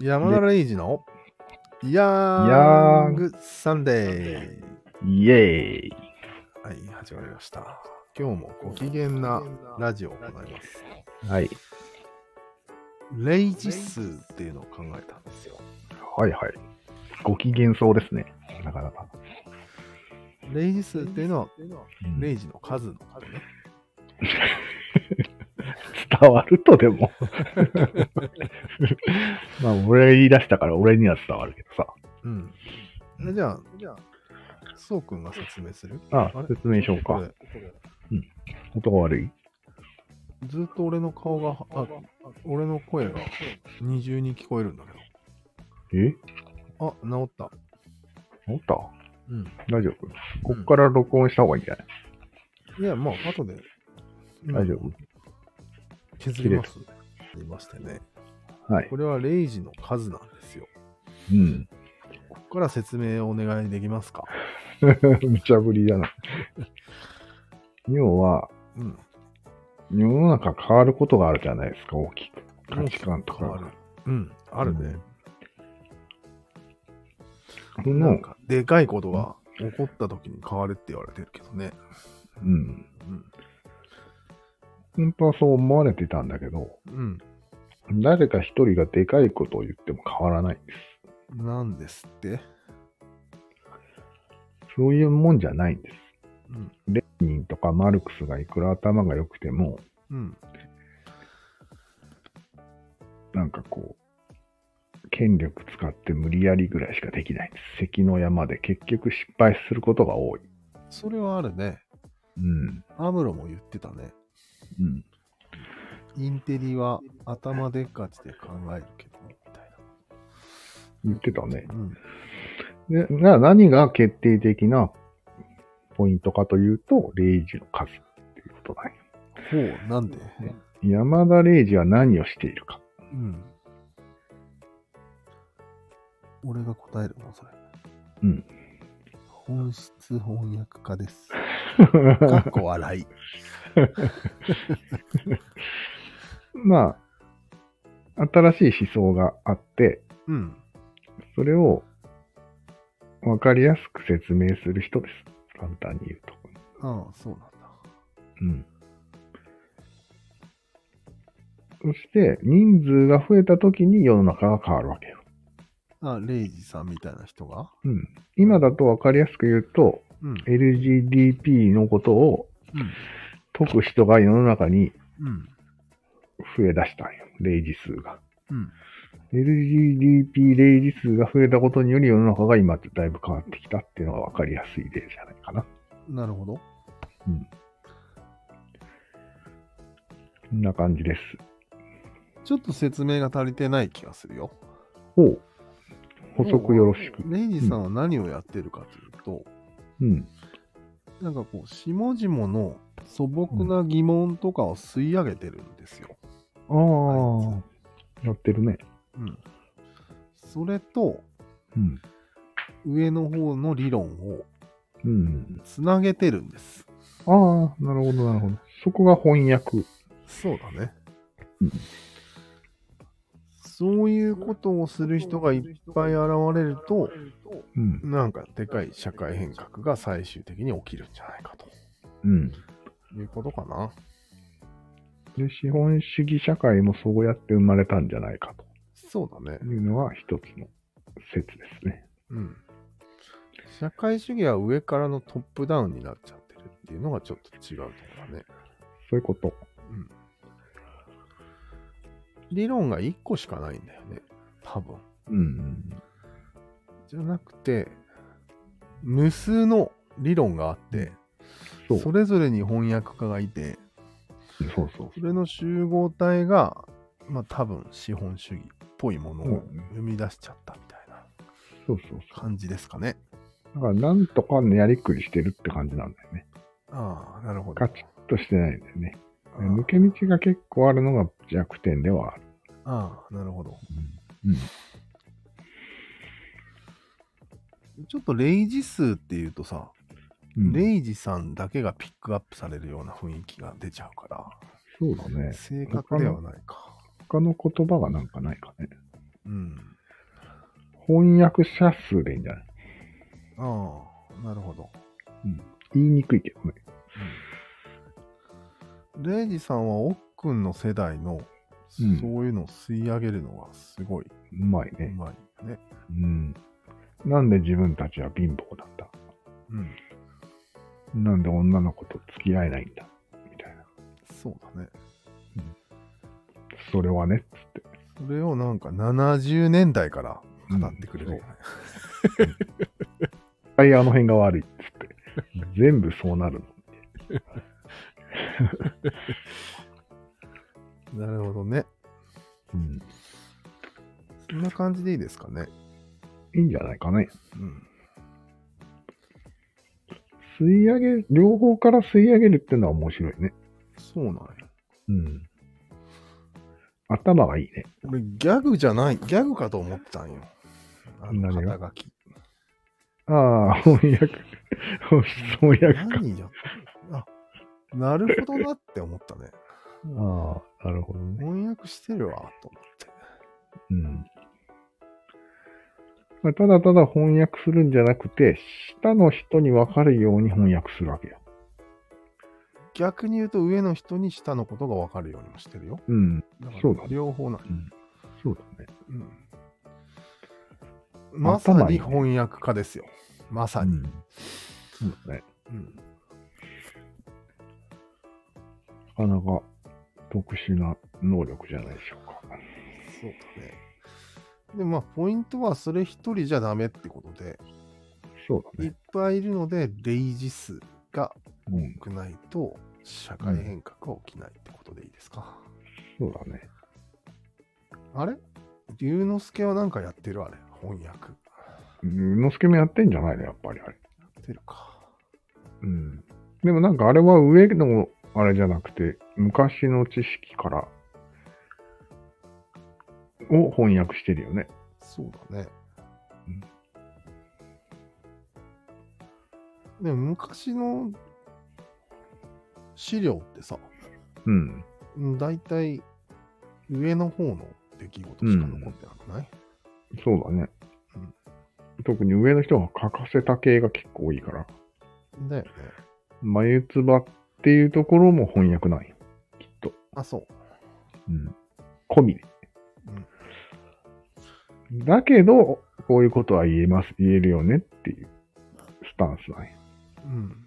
山田レイジのヤヤーングサンデー。イエーイ。はい、始まりました。今日もご機嫌なラジオを行います。はい。レイジ数っていうのを考えたんですよ。はいはい。ご機嫌そうですね。なかなか。レイジ数っていうのは、うんレイジの数の数ね。伝わるとでも。 まあ、俺言い出したから俺には伝わるけどさ。うん。えじゃあ、じゃあ、そうくんが説明するあれ説明しようかこれ音が悪い。ずっと俺の顔が、あ、俺の声が二重に聞こえるんだけえど。あ、治った。思ったうん。大丈夫こっから録音した方がいいんじゃない、いや、まあ、後で、大丈夫削ります。言いましたよね。はい。これはレイジの数なんですよ。うん。 ここから説明をお願いできますか。無茶ぶりだ な。要は、うん。世の中変わることがあるじゃないですか、大きく。価値観と変わかる。。うん、あるね。そなのん、か、でかいことが起こった時に変わるって言われてるけどね。うん。うん。本当はそう思われてたんだけど、うん。誰か一人がでかいことを言っても変わらないんです。なんですって。そういうもんじゃないんです。うん。レーニンとかマルクスがいくら頭が良くても、うん。なんかこう、権力使って無理やりぐらいしかできないんです。関の山で結局失敗することが多い。それはあるね。うん。アムロも言ってたね。うん。インテリは頭でっかちで考えるけど、みたい言ってたね。な。うん。でな何が決定的なポイントかというと、レイジの数っていうことだね。ほう、なんで山田レイジは何をしているか。うん。俺が答えるの、それ。うん。本質翻訳家 です。かっこ笑い。まあ、新しい思想があって、うん。それを分かりやすく説明する人です。簡単に言うと。ああ、そうなんだ。うん。そして、人数が増えた時に世の中が変わるわけよ。あレイジさんみたいな人がうん。今だと分かりやすく言うと、うん。 LGDP のことを解く人が世の中にうん。うん。増えだしたんよ。例示数が。うん。 LGDP 例示数が増えたことにより世の中が今ってだいぶ変わってきたっていうのが分かりやすい例じゃないかな。なるほど。こんな感じです。ちょっと説明が足りてない気がするよ。おう補足よろしく。レイジさんは何をやってるかというと、うん。なんかこう、下々の素朴な疑問とかを吸い上げてるんですよ。ああ、やってるね。うん。それと、うん。上の方の理論をうん。つなげてるんです。ああ、なるほど、なるほど。そこが翻訳。そうだねうん。そういうことをする人がいっぱい現れると、うん。なんかでかい社会変革が最終的に起きるんじゃないかとうん。いうことかな。で、資本主義社会もそうやって生まれたんじゃないかそうだねと。いうのが一つの説ですね。うん。社会主義は上からのトップダウンになっちゃってるっていうのがちょっと違うところだね。そういうこと。うん。理論が1個しかないんだよね。多分。うん。じゃなくて、無数の理論があって、そう。それぞれに翻訳家がいて、そうそう。それの集合体が、まあ多分資本主義っぽいものを生み出しちゃったみたいなそうそうそ感じですかね。う。だから、なんとかのやりくりしてるって感じなんだよね。ああ、なるほど。カチッとしてないんだよね。ああ抜け道が結構あるのが弱点ではある。ああ、なるほど。うんちょっとレイジ数っていうとさ、うんレイジさんだけがピックアップされるような雰囲気が出ちゃうかそうだねら、。正確ではないか。他の言葉がなんかないかね。うん。翻訳者数でいいんじゃないああ、なるほど。言いにくいけどね。レイジさんは奥くんの世代の、うんそういうのを吸い上げるのがすごいうまいうね。まいね。うん。なんで自分たちは貧乏なんだうん、なんで女の子と付き合えないんだみたいな。そうだね。それはね、つって。それをなんか70年代から語ってくれるよね、タイヤの辺が悪いっつ って。全部そうなるなの。るほどね。うん。そんな感じでいいですかね。いいんじゃないかね。うん。吸い上げ、両方から吸い上げるってのは面白いね。そうなんや。うん。頭がいいね。俺、ギャグじゃない、ギャグかと思ったんよ。あの何が肩書き。ああ、翻訳。翻訳か。何やあ、なるほどなって思ったね。ああ、なるほどね。翻訳してるわ、と思って。うん。まあ、ただただ翻訳するんじゃなくて、下の人に分かるように翻訳するわけよ。逆に言うと上の人に下のことが分かるようにもしてるよ。うん。だからそうだね両方なん、そうだね。うんまさに翻訳家ですよ。まさに。ん。そうだね。うんなかなか特殊な能力じゃないでしょうか。そうだね。で、まあ、ポイントはそれ一人じゃダメってことで、そうだいねっ。ぱいいるので、レイジ数がうん。少ないと、社会変革は起きないってことでいいですか。そうだね。あれ龍之介はなんかやってるあれ、翻訳。やうん、のすけもやってんじゃないのやっぱりあれ。ってるか。うん。でもなんかあれは上のあれじゃなくて、昔の知識から、を翻訳してるよね。そうだねうん。でも昔の資料ってさ、うん。大体上の方の出来事しか残ってなくない、そうだねうん。特に上の人が書かせた系が結構多いから、だよね。眉唾っていうところも翻訳ないよ。きっと。あ、そう。うん。込みで。だけど、こういうことは言えます、言えるよねっていうスタンスなんようん。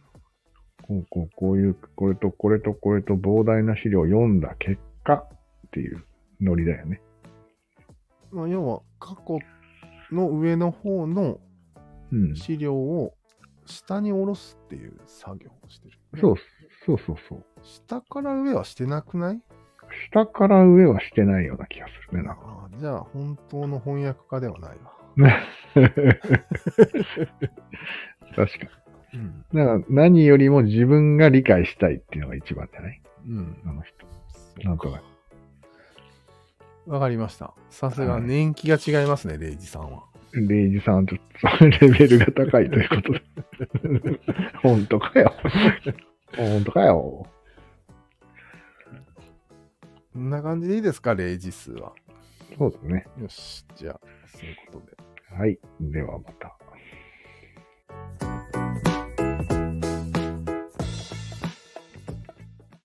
こう、こう、こういう、これとこれとこれと膨大な資料を読んだ結果っていうノリだよね。まあ、要は過去の上の方のうん。資料を下に下ろすっていう作業をしてる。そう、そうそうそう。下から上はしてなくない下から上はしてないような気がする ね、なんか。あーじゃあ本当の翻訳家ではないわ。確かうん。に。だから何よりも自分が理解したいっていうのが一番じゃないうん。あの人。なんとなく。わかりました。さすが年季が違いますね、レイジさんは。レイジさん、ちょっと レベルが高いということで。本当かよ。本当かよ。こんな感じでいいですか、レイジ数は。そうですね。よし、じゃあ、そういうことで。はい。ではまた。